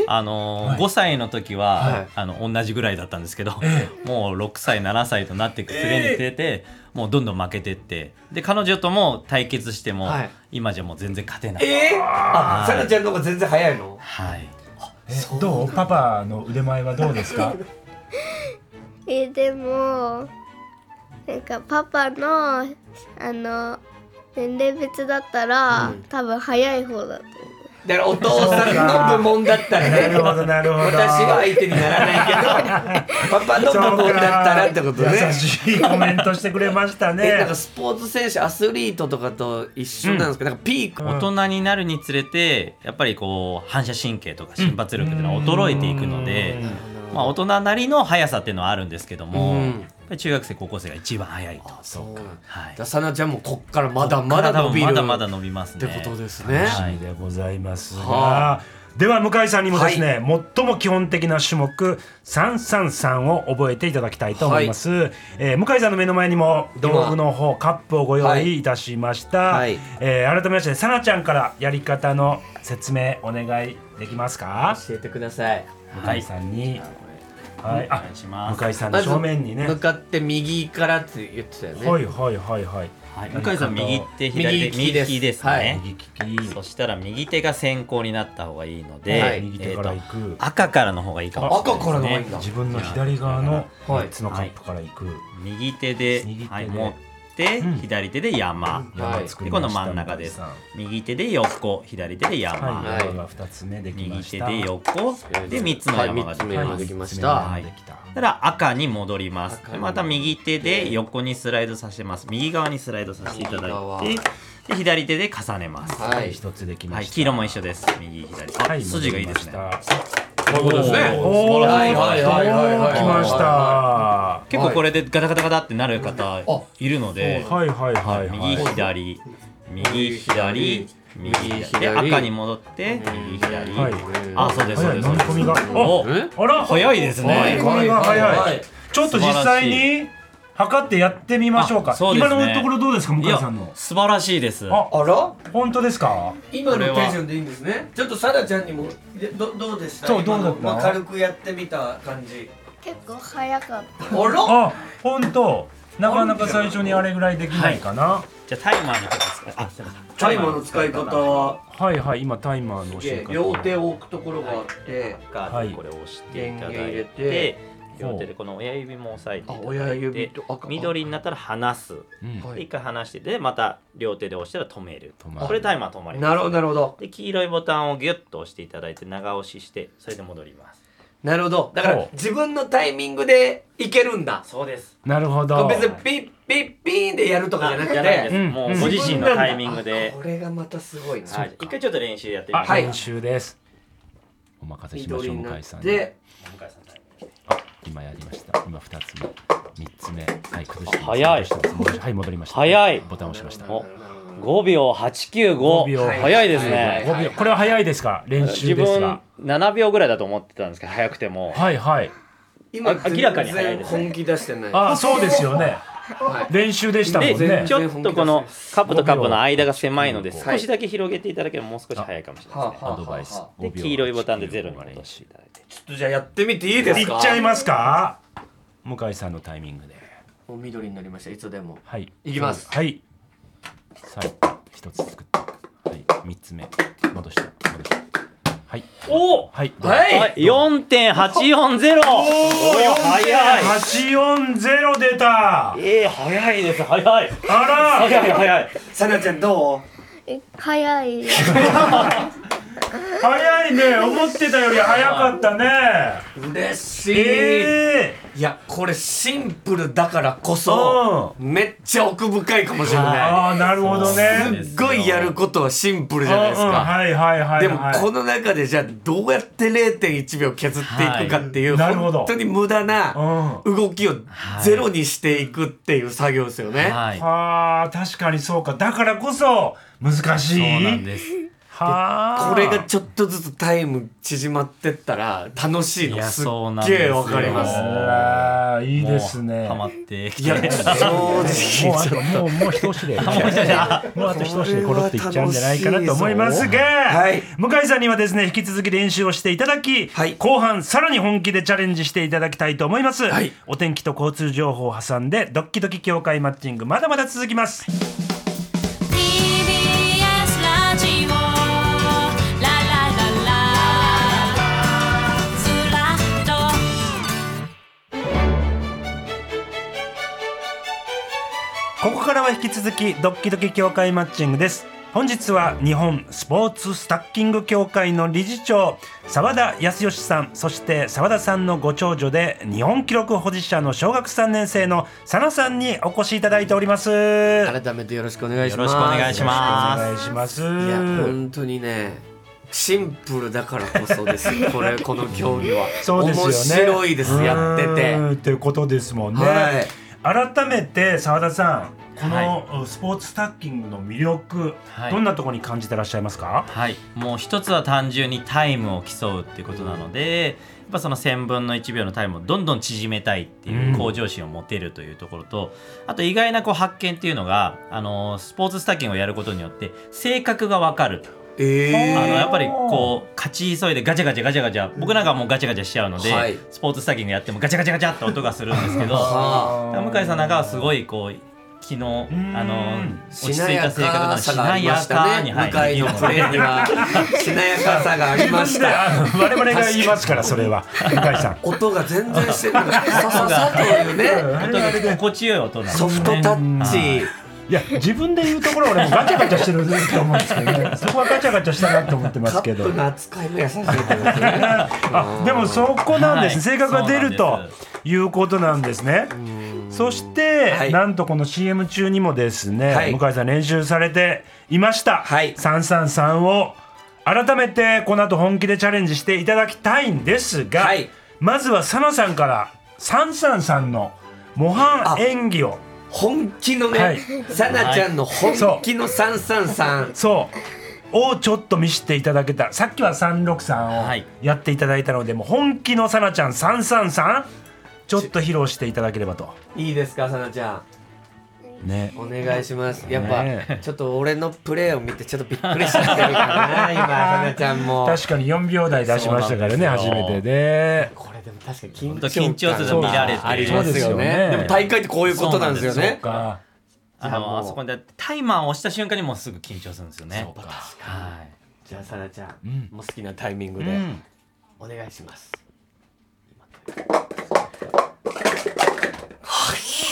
Speaker 3: あのー
Speaker 2: はい
Speaker 3: 5歳の時は、
Speaker 1: はい
Speaker 3: あの同じぐらいだったんですけど、
Speaker 2: え
Speaker 3: もう6歳7歳となっていくつれにつれて、もうどんどん負けてってで彼女とも対決しても、
Speaker 1: はい
Speaker 3: 今じゃもう全然勝てない。
Speaker 1: えー、あ
Speaker 3: はい
Speaker 1: さなちゃんの方が全然早いの
Speaker 3: はい。
Speaker 2: えどうパパの腕前はどうですか
Speaker 4: えーでもなんかパパのあの年齢別だったら、
Speaker 1: うん
Speaker 4: 多分早い方だと思
Speaker 1: だからお父さんの部門だったら
Speaker 2: な
Speaker 1: ね
Speaker 2: るほどなるほど
Speaker 1: 私は相手にならないけどパパの部門だったらってこと ね
Speaker 2: 優しいコメントしてくれました
Speaker 1: えなん
Speaker 2: ね
Speaker 1: か。スポーツ選手アスリートとかと一緒なんですけど、なんかピーク、
Speaker 2: うん
Speaker 3: 大人になるにつれてやっぱりこう反射神経とか瞬発力っていうのは衰えていくので、まあ、大人なりの速さっていうのはあるんですけども、
Speaker 1: うん
Speaker 3: やっぱり中学生高校生が一番速いと。
Speaker 1: そうかだか
Speaker 3: はい
Speaker 1: ら。さなちゃんもこっからまだまだ伸びる
Speaker 3: まだまだ
Speaker 1: っ
Speaker 3: 伸びます
Speaker 1: て
Speaker 3: ね。
Speaker 1: ことですね
Speaker 2: 楽しみでございますが、
Speaker 1: は
Speaker 2: では向井さんにもですね、最も基本的な種目333を覚えていただきたいと思います、えー向井さんの目の前にも道具の方カップをご用意いたしました、
Speaker 1: はい
Speaker 2: えー改めましてさなちゃんからやり方の説明お願いできますか
Speaker 1: 教えてください
Speaker 2: 向井さんに、はい、
Speaker 3: お
Speaker 2: あ
Speaker 3: 願いします。
Speaker 2: 向井さんの
Speaker 1: まず
Speaker 2: 正面にね、
Speaker 1: 向かって右からって言ってたよね、
Speaker 2: はいはいはいはい
Speaker 3: はい、向井さん右手
Speaker 1: 右
Speaker 3: 左
Speaker 1: 利
Speaker 3: 手
Speaker 1: き
Speaker 3: 右
Speaker 1: で
Speaker 3: 利
Speaker 1: す
Speaker 3: きです
Speaker 1: はい
Speaker 3: ね。
Speaker 2: 右利き
Speaker 3: そしたら右手が先行になった方がいいので、
Speaker 1: はい
Speaker 2: 右手から
Speaker 3: え
Speaker 2: 行
Speaker 3: ー
Speaker 2: く、
Speaker 3: と赤からの方がいいかもしれない
Speaker 1: 赤
Speaker 3: です、ね。
Speaker 1: からの方がいいんだ
Speaker 2: 自分の左側の
Speaker 1: はい
Speaker 2: 3つのカップから行く、
Speaker 3: 右手で
Speaker 2: 右手で
Speaker 3: はい、持って、
Speaker 2: うん
Speaker 3: 左手で山。
Speaker 1: はい
Speaker 2: 山作り
Speaker 3: で
Speaker 2: ま
Speaker 3: こ
Speaker 2: した
Speaker 3: の真ん中です
Speaker 2: 向井さん。
Speaker 3: 右手で横、左手で山。
Speaker 2: はい、
Speaker 1: はい
Speaker 2: 山が二つ目できま
Speaker 3: 右
Speaker 2: し
Speaker 3: 手
Speaker 2: た。
Speaker 3: で横で三つの山が
Speaker 1: はい三
Speaker 3: でき
Speaker 1: つ目
Speaker 3: ま
Speaker 1: が
Speaker 3: す
Speaker 1: で。きました
Speaker 2: はい三つ目ができ
Speaker 3: たら赤に戻ります
Speaker 1: 赤に戻
Speaker 3: で
Speaker 1: る
Speaker 3: また右手で横にスライドさせます右側にスライドさせていただ
Speaker 1: 右側
Speaker 3: いてで左手で重ねます
Speaker 2: た
Speaker 1: は
Speaker 2: はい、
Speaker 1: い
Speaker 2: 一つでき
Speaker 3: は
Speaker 2: ま
Speaker 3: い
Speaker 2: した。
Speaker 3: 黄色も一緒です右左あ
Speaker 2: はい
Speaker 3: 筋がいいですね
Speaker 2: 戻りまし
Speaker 1: こういうことですね
Speaker 2: お
Speaker 1: 素晴
Speaker 2: ー
Speaker 1: らしい
Speaker 3: はい
Speaker 2: たお
Speaker 3: は
Speaker 2: ー来ました。は
Speaker 3: 結構これでガタガタガタってなる方いるので
Speaker 2: いはいはいはい。
Speaker 3: 右左右左右
Speaker 1: 右
Speaker 3: 左
Speaker 1: 左
Speaker 3: で赤に戻って右左
Speaker 2: はい
Speaker 3: あそうですそう
Speaker 2: 早い
Speaker 3: で
Speaker 2: 飲
Speaker 3: す
Speaker 2: み込みが
Speaker 3: お
Speaker 1: え
Speaker 2: あら
Speaker 3: 早いです
Speaker 2: 飲み
Speaker 3: ね
Speaker 2: 込みが
Speaker 1: はい
Speaker 2: 早
Speaker 1: はいい。
Speaker 2: ちょっと実際に測ってやってみましょうか。
Speaker 3: あそうです
Speaker 2: 今
Speaker 3: ね
Speaker 2: のところどうですか向
Speaker 3: い
Speaker 2: 井
Speaker 3: や
Speaker 2: さんの。
Speaker 3: 素晴らしいです
Speaker 2: あ
Speaker 1: あら
Speaker 2: 本当ですか。
Speaker 1: 今
Speaker 3: これ
Speaker 1: の
Speaker 3: は
Speaker 1: テンションでいいんですねちょっとさらちゃんにもでどどうでした
Speaker 2: そう
Speaker 1: 今の
Speaker 2: どうだった
Speaker 1: まあ軽くやってみた感じ
Speaker 4: う結構早かった
Speaker 1: あら
Speaker 2: あ本当。なかなか最初にあれぐらいできないかな。
Speaker 3: じゃあタイマーのちょっと使いあすいません
Speaker 1: タイマーの使い方は
Speaker 2: はいはい、今タイマーの教え
Speaker 1: で
Speaker 2: 方。
Speaker 1: 両手を置くところがあって
Speaker 3: カードにこれを押していただ
Speaker 1: 電源入れ
Speaker 3: い
Speaker 1: て
Speaker 3: て、
Speaker 2: ほう
Speaker 3: 両手でこの親指も押さえてい
Speaker 1: あ
Speaker 3: ただ
Speaker 1: 親
Speaker 3: い
Speaker 1: 指
Speaker 3: て
Speaker 1: と赤
Speaker 3: 緑になったら離す
Speaker 2: うん
Speaker 1: はい
Speaker 3: で一回離してでまた両手で押したら止める
Speaker 2: 止まる
Speaker 3: これタイマー止まります
Speaker 1: なるほどなるほど
Speaker 3: で黄色いボタンをギュッと押していただいて長押ししてそれで戻ります
Speaker 1: なるほどだか
Speaker 2: そ
Speaker 1: ら
Speaker 2: う
Speaker 1: 自分のタイミングでいけるんだ
Speaker 3: そうです
Speaker 2: なるほど。
Speaker 1: 別にピッピッピーンでやるとかじゃなく
Speaker 3: じゃないで
Speaker 1: て
Speaker 3: す、
Speaker 2: うん
Speaker 3: も
Speaker 2: う
Speaker 3: うんご自身のタイミングで
Speaker 1: あ、これがまたすごいな
Speaker 3: はい、一回ちょっと練習やってみ
Speaker 2: あ
Speaker 3: ましょう
Speaker 1: はい
Speaker 2: 練習です。お任せしまし
Speaker 1: 緑
Speaker 2: ょう
Speaker 1: に
Speaker 2: 向
Speaker 1: なっ
Speaker 2: 井さんに。
Speaker 1: て
Speaker 3: 向井さんタイミング
Speaker 2: あ今やりました。今二つ目、三つ目、はい崩してます。
Speaker 3: 早い
Speaker 2: 崩してます戻りはい戻りました。
Speaker 3: 早い
Speaker 2: ボタン押しました。
Speaker 3: お5秒
Speaker 2: 5秒
Speaker 3: 895早いですね、
Speaker 1: はい
Speaker 2: 5秒これは早いですか練習
Speaker 3: 自
Speaker 2: です
Speaker 3: 分
Speaker 2: が。
Speaker 3: 7秒ぐらいだと思ってたんですけど早くても、
Speaker 2: はいはい。
Speaker 1: 今
Speaker 3: あ明らかに早い
Speaker 1: 全然
Speaker 3: ですね
Speaker 1: 本気出してない
Speaker 2: あそうですよね。
Speaker 1: はい
Speaker 2: 練習でしたもん
Speaker 1: で
Speaker 2: ね
Speaker 3: ち。ょっとこのカップとカップの間が狭いので
Speaker 2: 5
Speaker 1: 秒
Speaker 3: 少しだけ広げていただければもう少し早いかもしれない
Speaker 1: はあは
Speaker 3: です
Speaker 1: あ
Speaker 3: ね
Speaker 1: はあ
Speaker 2: アドバイス。
Speaker 3: で
Speaker 2: 5秒
Speaker 3: 黄色いボタンでゼロに戻していただいて
Speaker 1: ちょっとじゃあやってみていいですか
Speaker 2: いっちゃいますか。向井さんのタイミングで。
Speaker 1: もう緑になりましたいつでも
Speaker 2: はい。
Speaker 1: いきます
Speaker 2: はい。さあ一つ作って。はい三つ目戻した戻した。はい
Speaker 3: おお
Speaker 2: はい。
Speaker 1: はい
Speaker 3: 4.840お早い
Speaker 2: 八四ゼロ出た。
Speaker 3: えー、早いです早い
Speaker 2: あら。
Speaker 3: 早い早い
Speaker 1: さなちゃんど
Speaker 4: え早 い
Speaker 2: 早いね思ってたより早かったね
Speaker 1: う嬉しい、
Speaker 2: ええ
Speaker 1: いやこれシンプルだからこそ
Speaker 2: そ
Speaker 1: めっちゃ奥深いかもしれ
Speaker 2: う
Speaker 1: な
Speaker 2: ああなるほど
Speaker 3: そう
Speaker 2: ね
Speaker 1: いすっごいやることはシンプルじゃないです
Speaker 2: うんうん
Speaker 1: か、
Speaker 2: はいはいはい
Speaker 1: でも
Speaker 2: はい
Speaker 1: この中でじゃあどうやって0.1秒削っていくかっていう、
Speaker 2: はいなるほど
Speaker 1: 本当に無駄な動きをゼロにしていくっていう作業ですよね、
Speaker 3: はい
Speaker 2: はあ確かにそうかだからこそ難しい
Speaker 3: そうなんです
Speaker 2: はあ
Speaker 1: これがちょっとずつタイム縮まってったら楽しい
Speaker 3: い
Speaker 1: の
Speaker 3: や
Speaker 1: すっ
Speaker 3: そうなんです
Speaker 1: げえ
Speaker 3: よ
Speaker 1: わかります
Speaker 2: ああいいですね
Speaker 3: もうハマってき
Speaker 1: いや
Speaker 3: て
Speaker 1: 正直
Speaker 2: もうあ
Speaker 1: ち
Speaker 2: と
Speaker 1: ょっ
Speaker 2: もうもう一押しで もうあと一押しでコロッといっちゃうんじゃないかなと思いますが、
Speaker 1: はい
Speaker 2: 向井さんにはですね引き続き練習をしていただき、
Speaker 1: はい
Speaker 2: 後半さらに本気でチャレンジしていただきたいと思います、
Speaker 1: はい
Speaker 2: お天気と交通情報を挟んでドッキドキ協会マッチングまだまだ続きます
Speaker 5: TBS ラジオララララずらっと
Speaker 2: ここからは引き続きドッキドキ協会マッチングです本日は日本スポーツスタッキング協会の理事長澤田康義さんそして澤田さんのご長女で日本記録保持者の小学3年生の佐野さんにお越しいただいておりますよ
Speaker 1: と改めてよろしくお願いし
Speaker 3: よ
Speaker 1: ま
Speaker 3: ろ
Speaker 1: す
Speaker 3: しくお願いしま
Speaker 2: お願い
Speaker 3: す
Speaker 2: します
Speaker 1: いや本当にねシンプルだからこそです よこれこの競技は
Speaker 2: そうですよね
Speaker 1: 面白いですやってて
Speaker 2: うーんってことですもんね、
Speaker 1: はい
Speaker 2: 改めて澤田さんこのスポーツスタッキングの魅力、
Speaker 3: はい
Speaker 2: どんなところに感じてらっしゃいますか、
Speaker 3: はい、もう一つは単純にタイムを競うっていうことなので、やっぱその1000分の1秒のタイムをどんどん縮めたいって
Speaker 2: う
Speaker 3: い
Speaker 2: ん
Speaker 3: う向上心を持てるというところと、あと意外なこう発見っていうのがあのスポーツスタッキングをやることによって性格が分かる
Speaker 1: え
Speaker 3: あの
Speaker 2: へー
Speaker 3: やっぱりこう勝ち急いでガチャガチャガチャガチャ僕なんかもうガチャガチャしちゃうので、
Speaker 1: はい
Speaker 3: スポーツスタッキングやってもガチャガチャガチャって音がするんですけど
Speaker 1: は
Speaker 3: 向井さんなんかはすごいこう昨日
Speaker 2: ん
Speaker 3: あの落ち着
Speaker 1: し
Speaker 3: い
Speaker 1: なや
Speaker 3: た性格なの
Speaker 1: か
Speaker 3: で
Speaker 1: さがありましたね
Speaker 3: しなやか
Speaker 1: 向井のプレーにはしなやかさがありました
Speaker 2: あの我々が言いますからそれは向井さん
Speaker 1: 音が全然してないさささというね
Speaker 3: 音が心地よい音なんです
Speaker 1: ソフトタッチ
Speaker 2: いや自分で言うところ俺もガチャガチャしてると思うんですけど、ね、そこはガチャガチャしたなと思ってま
Speaker 1: カ
Speaker 2: すけ
Speaker 1: ッ
Speaker 2: ど
Speaker 1: プの扱いも優しいですね
Speaker 2: あでもそこなんです、ね
Speaker 3: は
Speaker 2: 性
Speaker 3: い
Speaker 2: 格が出る
Speaker 3: そう
Speaker 2: と
Speaker 3: なんで
Speaker 2: いうことなんですねそして、
Speaker 1: はい
Speaker 2: なんとこの CM 中にもですね、
Speaker 1: はい
Speaker 2: 向井さん練習されていました、
Speaker 1: はい
Speaker 2: 333を改めてこの後本気でチャレンジしていただきたいんですが、
Speaker 1: はい
Speaker 2: まずは佐野さんから333の模範
Speaker 1: あ
Speaker 2: 演技を
Speaker 1: 本気の
Speaker 2: はい
Speaker 1: ねさなちゃんの本気の三三三
Speaker 2: そうをちょっと見せていただけたらさっきは
Speaker 3: は
Speaker 2: 363
Speaker 3: い
Speaker 2: をやっていただいたので、もう本気のさなちゃん333ちょっと披露していただければと
Speaker 1: いいですかさなちゃん
Speaker 2: ね
Speaker 1: お願いしますやっぱ、
Speaker 2: ね
Speaker 1: ちょっと俺のプレーを見てちょっとびっくりしちゃってるかな今さなちゃんも
Speaker 2: 確かに4秒台出しましたからね
Speaker 3: そうなんです
Speaker 2: 初
Speaker 3: よ
Speaker 2: めてね
Speaker 1: これでも確かに
Speaker 3: 本
Speaker 1: 緊
Speaker 3: 当
Speaker 1: 張
Speaker 3: 緊張すると見られて
Speaker 1: ありますよね
Speaker 2: そうですよね
Speaker 1: でも大会ってこういうことなんですよ
Speaker 3: そうなん
Speaker 1: ね
Speaker 3: で
Speaker 2: か
Speaker 3: あ
Speaker 1: じゃあも
Speaker 3: の
Speaker 1: う
Speaker 3: あそこでタイマーを押した瞬間にもうすぐ緊張するんですよね。
Speaker 1: そうか確か
Speaker 3: は
Speaker 1: じゃあさなちゃん、
Speaker 2: うん
Speaker 1: もう好きなタイミング
Speaker 3: い。
Speaker 1: で
Speaker 3: うん
Speaker 1: お願いします、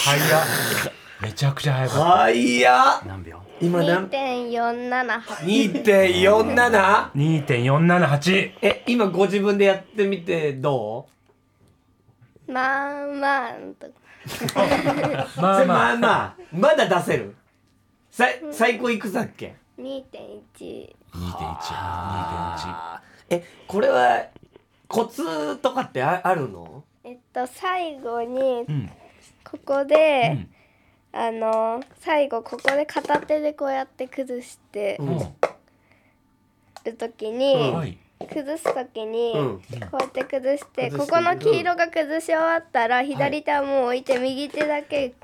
Speaker 2: 早っめちゃくちゃ早かっ
Speaker 1: はいや
Speaker 3: 何秒？
Speaker 1: 今何
Speaker 4: 2.478
Speaker 1: 2.47?
Speaker 2: た2.478
Speaker 1: え今ご自分でやってみてどう
Speaker 4: まあまあとか
Speaker 2: まあま
Speaker 1: ま
Speaker 2: あ
Speaker 1: あまあまだ出せるさ最高いくつだっけ
Speaker 4: 2.1
Speaker 2: 2.1
Speaker 1: えこれはコツとかってああるの
Speaker 4: えっと最後に
Speaker 2: ん
Speaker 4: ここで、あの最後ここで片手でこうやって崩して
Speaker 1: うん
Speaker 4: る時に、
Speaker 2: 2.1はい
Speaker 4: 崩す時に、
Speaker 1: うん
Speaker 4: こうやって崩し
Speaker 1: 崩して
Speaker 4: て、ここの黄色が崩し終わったら左手はもう置いて右手だけ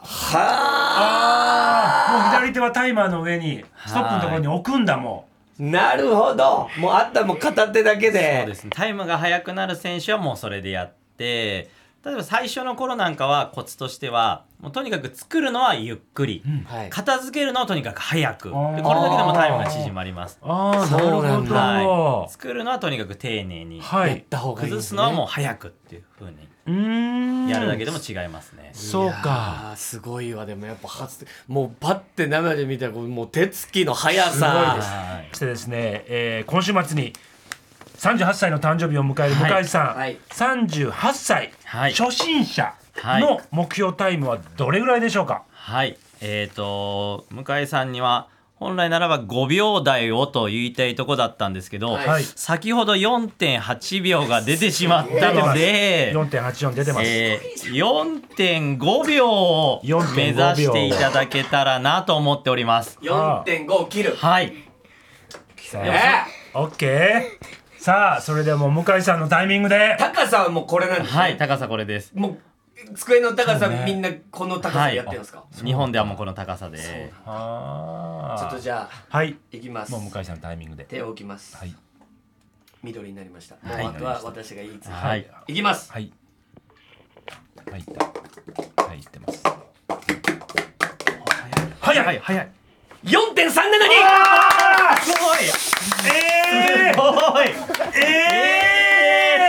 Speaker 2: ああもう左手はタイマーの上にストップのところに置くんだも
Speaker 1: なるほどもうあったもう片手だけ
Speaker 3: そうで
Speaker 1: です
Speaker 3: ね。タイムが速くなる選手はもうそれでやって、例えば最初の頃なんかはコツとしては、もうとにかく作るのはゆっくり、
Speaker 2: ん
Speaker 1: はい
Speaker 3: 片付けるのはとにかく早く、でこ
Speaker 2: ー
Speaker 3: れだけでもタイムが縮まります。
Speaker 2: ああな
Speaker 1: そうなん
Speaker 2: るほ
Speaker 1: だ
Speaker 2: ど
Speaker 3: は。
Speaker 2: はい
Speaker 3: 作るのはとにかく丁寧に、
Speaker 2: い、
Speaker 1: やった方がいい
Speaker 3: 崩
Speaker 1: ですす
Speaker 3: のはもう
Speaker 1: ね
Speaker 3: 早くっていう風に
Speaker 2: うーん
Speaker 3: やるだけでも違いますね。
Speaker 2: そうか
Speaker 1: いやーすごいわでもやっぱ初もうパッて生で見たらこうもう手つきの速
Speaker 2: すごいです
Speaker 1: さ
Speaker 3: はい
Speaker 2: そしてですね、えー今週末に38歳の誕生日を迎える向井さん、
Speaker 1: はい
Speaker 2: 38歳、
Speaker 3: はい
Speaker 2: 初心者
Speaker 3: はい
Speaker 2: の目標タイムはどれぐらいでしょうか、
Speaker 3: はい、えー、と向井さんには本来ならば5秒台をと言いたいとこだったんですけど、
Speaker 2: はい
Speaker 3: 先ほど4.8秒が出てしまったので、
Speaker 2: 4.84出てます、
Speaker 3: えー4.5秒を
Speaker 2: 4.5
Speaker 3: 目指していただけたらなと思っております。
Speaker 1: 4.5を切る
Speaker 3: はい、
Speaker 2: さ
Speaker 1: え
Speaker 2: あ
Speaker 1: ー
Speaker 2: OK さあそれではもう向井さんのタイミングで
Speaker 1: 高さはもうこれなんですね
Speaker 3: はい、高さこれです。
Speaker 1: もう机の高さ、
Speaker 2: そうね
Speaker 1: みんなこの高さ
Speaker 3: は
Speaker 1: で
Speaker 3: い
Speaker 1: やってるんですか、、
Speaker 3: 日本ではもうこの高さで。
Speaker 2: あー
Speaker 1: ちょっとじゃあ
Speaker 2: はい
Speaker 1: いきます
Speaker 2: もう向井さんのタイミングで
Speaker 1: 手を置きます、
Speaker 2: はい
Speaker 1: 緑になりました
Speaker 3: はい
Speaker 1: もうあとは私が言いつ
Speaker 3: はいい、
Speaker 1: いきます
Speaker 2: はい入った入ってます
Speaker 3: 早い、早い。
Speaker 1: 4.372
Speaker 3: すごい。
Speaker 2: え
Speaker 3: すごい。
Speaker 2: ー、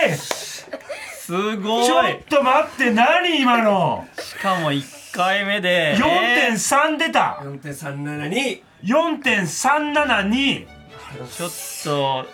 Speaker 2: えー、
Speaker 3: すご
Speaker 2: ちょ
Speaker 3: い
Speaker 2: っ。と待って何今の
Speaker 3: しかも1回目で
Speaker 2: 4.3出た
Speaker 1: 4.372
Speaker 2: 4.372
Speaker 3: ちょっと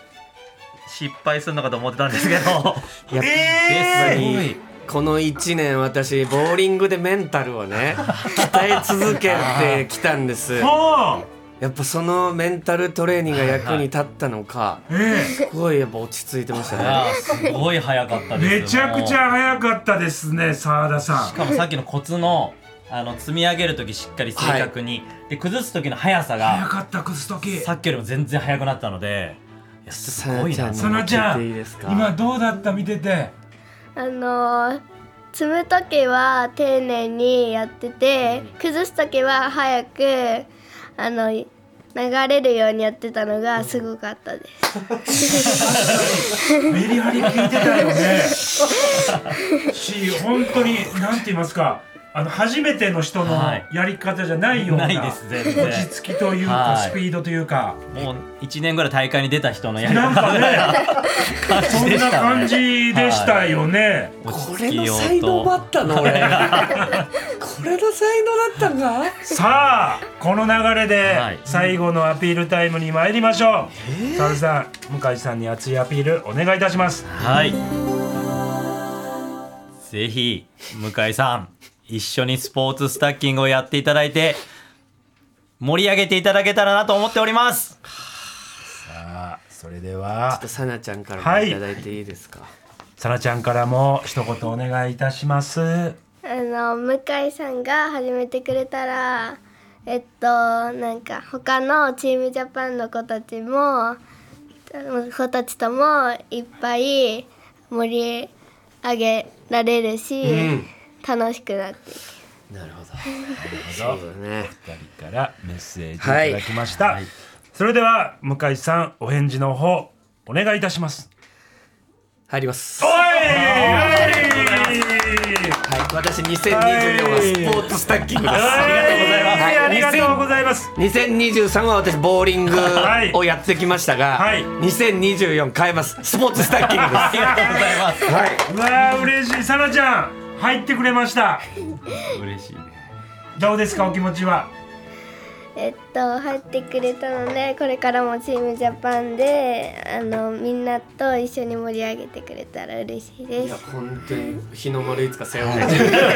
Speaker 3: 失敗するのかと思ってたんですけど
Speaker 1: いや
Speaker 2: えー、
Speaker 3: ごい
Speaker 1: この1年私ボーリングでメンタルを ね鍛え続けてきたんです
Speaker 2: も
Speaker 1: やっぱそのメンタルトレーニングが役に立ったのか
Speaker 2: う、え
Speaker 1: すごいやっぱ落ち着いてました
Speaker 3: い
Speaker 1: ね
Speaker 3: やすごい早かった
Speaker 2: ー、
Speaker 3: です
Speaker 2: めちゃくちゃ
Speaker 3: も
Speaker 2: 早かったですね澤田
Speaker 3: うし
Speaker 2: さ
Speaker 3: かもさっきのコツのあの積み上げる時しっかり正確に、で崩す時の速さ
Speaker 2: ん早
Speaker 3: が
Speaker 2: かったクストキ
Speaker 3: さっきよりも全然速くなったのでいやすごい
Speaker 1: さ
Speaker 3: な
Speaker 2: さなちゃ
Speaker 1: 聞いてい
Speaker 2: ん
Speaker 1: いですか
Speaker 2: 今どうだった見てて
Speaker 4: あのー積む時は丁寧にやってて崩す時は早くあの流れるようにやってたのがすごかったです。
Speaker 2: メリハリ効いてたよ ねし本当になんて言いますかあの初めての人の
Speaker 3: はい
Speaker 2: やり方じゃないような、
Speaker 3: ないです全然
Speaker 2: 落ち着きというか、
Speaker 3: はい
Speaker 2: スピードというか
Speaker 3: もう1年ぐらい大会に出た人のやり
Speaker 2: なん
Speaker 3: 方
Speaker 2: かね
Speaker 3: 感
Speaker 2: そ
Speaker 3: じ
Speaker 2: ん
Speaker 3: でし
Speaker 2: な
Speaker 3: た
Speaker 2: 感
Speaker 3: ね
Speaker 2: じでしたよね、
Speaker 1: これの才能もあったの 俺これの才能だったんだ
Speaker 2: さあこの流れで
Speaker 3: はい
Speaker 2: 最後のアピールタイムに参りましょう、サルさん向井さんに熱いアピールお願いいたします
Speaker 3: はい。ぜひ、向井さん、一緒にスポーツスタッキングをやっていただいて、盛り上げていただけたらなと思っております。
Speaker 2: さあそれでは
Speaker 1: さなちゃんから
Speaker 2: は
Speaker 1: も
Speaker 2: い
Speaker 1: いただいていいですか、
Speaker 2: さなちゃんからも一言お願いいたします
Speaker 4: あの向井さんが始めてくれたらえっとなんか他のチームジャパンの子たちも子たちともいっぱい盛り上げられるし、楽しくなっていく
Speaker 2: ね
Speaker 1: なるほど
Speaker 2: そう
Speaker 1: そうだね
Speaker 2: 二人からメッセージいただきました、それでは向井さんお返事の方お願いいたします
Speaker 1: 入ります
Speaker 2: おい
Speaker 1: は
Speaker 2: おい
Speaker 1: い私2024はスポーツスタッキングです
Speaker 2: ありがとうございます
Speaker 1: 2023は私ボーリング
Speaker 2: はい
Speaker 1: をやってきましたが、
Speaker 2: はい
Speaker 1: 2024変えますスポーツスタッキングです
Speaker 3: ありがとうございます
Speaker 2: うわあ嬉しいさなちゃん入ってくれました
Speaker 3: 嬉しいね
Speaker 2: どうですかお気持ちは
Speaker 4: えっと入ってくれたのでこれからもチームジャパンであのみんなと一緒に盛り上げてくれたら嬉しいで
Speaker 1: いや
Speaker 4: す。
Speaker 1: 本当に日の丸いつか背負って、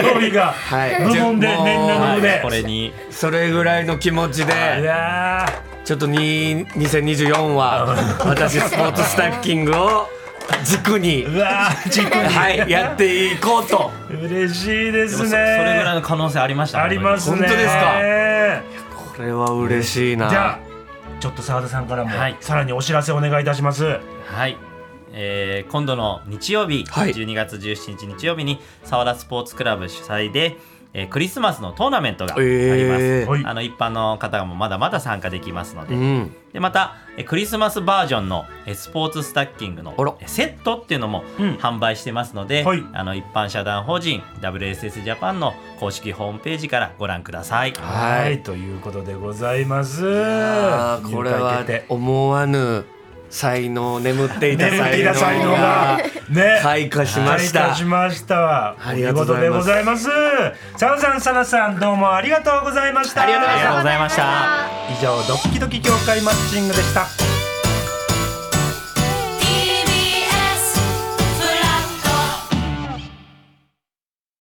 Speaker 2: 興味が
Speaker 1: はい
Speaker 2: 部門で
Speaker 1: もう
Speaker 2: 年賀の部
Speaker 3: はい
Speaker 2: で
Speaker 3: これに
Speaker 1: それぐらいの気持ち
Speaker 2: い
Speaker 1: で
Speaker 2: や
Speaker 1: ちょっとに2024は 私スポーツスタッキングを軸に
Speaker 2: ーうわーちょっと
Speaker 1: はいやっていこうと
Speaker 2: 嬉しいで
Speaker 3: ですもそ
Speaker 2: ね
Speaker 3: それぐらいの可能性ありましたね
Speaker 2: ありますね
Speaker 1: 本当ですか
Speaker 2: じ
Speaker 1: これは嬉しいな
Speaker 2: ゃあちょっと澤田さんからも、
Speaker 3: はい
Speaker 2: さらにお知らせお願いいたします
Speaker 3: はい、えー今度の日曜日、
Speaker 1: はい
Speaker 3: 12月17日日曜日に沢田スポーツクラブ主催で、えークリスマスのトーナメントがあります、
Speaker 1: えー
Speaker 2: はい
Speaker 3: あの一般の方もまだまだ参加できますので,、
Speaker 1: うん
Speaker 3: でまた、えークリスマスバージョンの、えースポーツスタッキングの
Speaker 1: あら
Speaker 3: えーセットっていうのも
Speaker 2: うん
Speaker 3: 販売してますので、
Speaker 2: はい
Speaker 3: あの一般社団法人 WSS ジャパンの公式ホームページからご覧ください。
Speaker 1: はい
Speaker 2: はい、ということでございます。
Speaker 1: あーこれは
Speaker 2: 入会決定
Speaker 1: 思わぬ才能眠っていた
Speaker 2: 眠っていた才
Speaker 1: 才
Speaker 2: 能
Speaker 1: 能
Speaker 2: が
Speaker 1: が
Speaker 2: ね
Speaker 1: 開花しました
Speaker 2: 開花しましたわ。
Speaker 1: ありがとうご
Speaker 2: お見事
Speaker 1: ざ
Speaker 2: で
Speaker 1: い
Speaker 2: ご
Speaker 1: ます
Speaker 2: ざいます。サウさん、サナさん、どうもありがとうございました。
Speaker 1: ありがとうございました
Speaker 3: ありがと
Speaker 2: 以
Speaker 3: うございました。
Speaker 2: 上、ドッキドキ協会マッチングでした。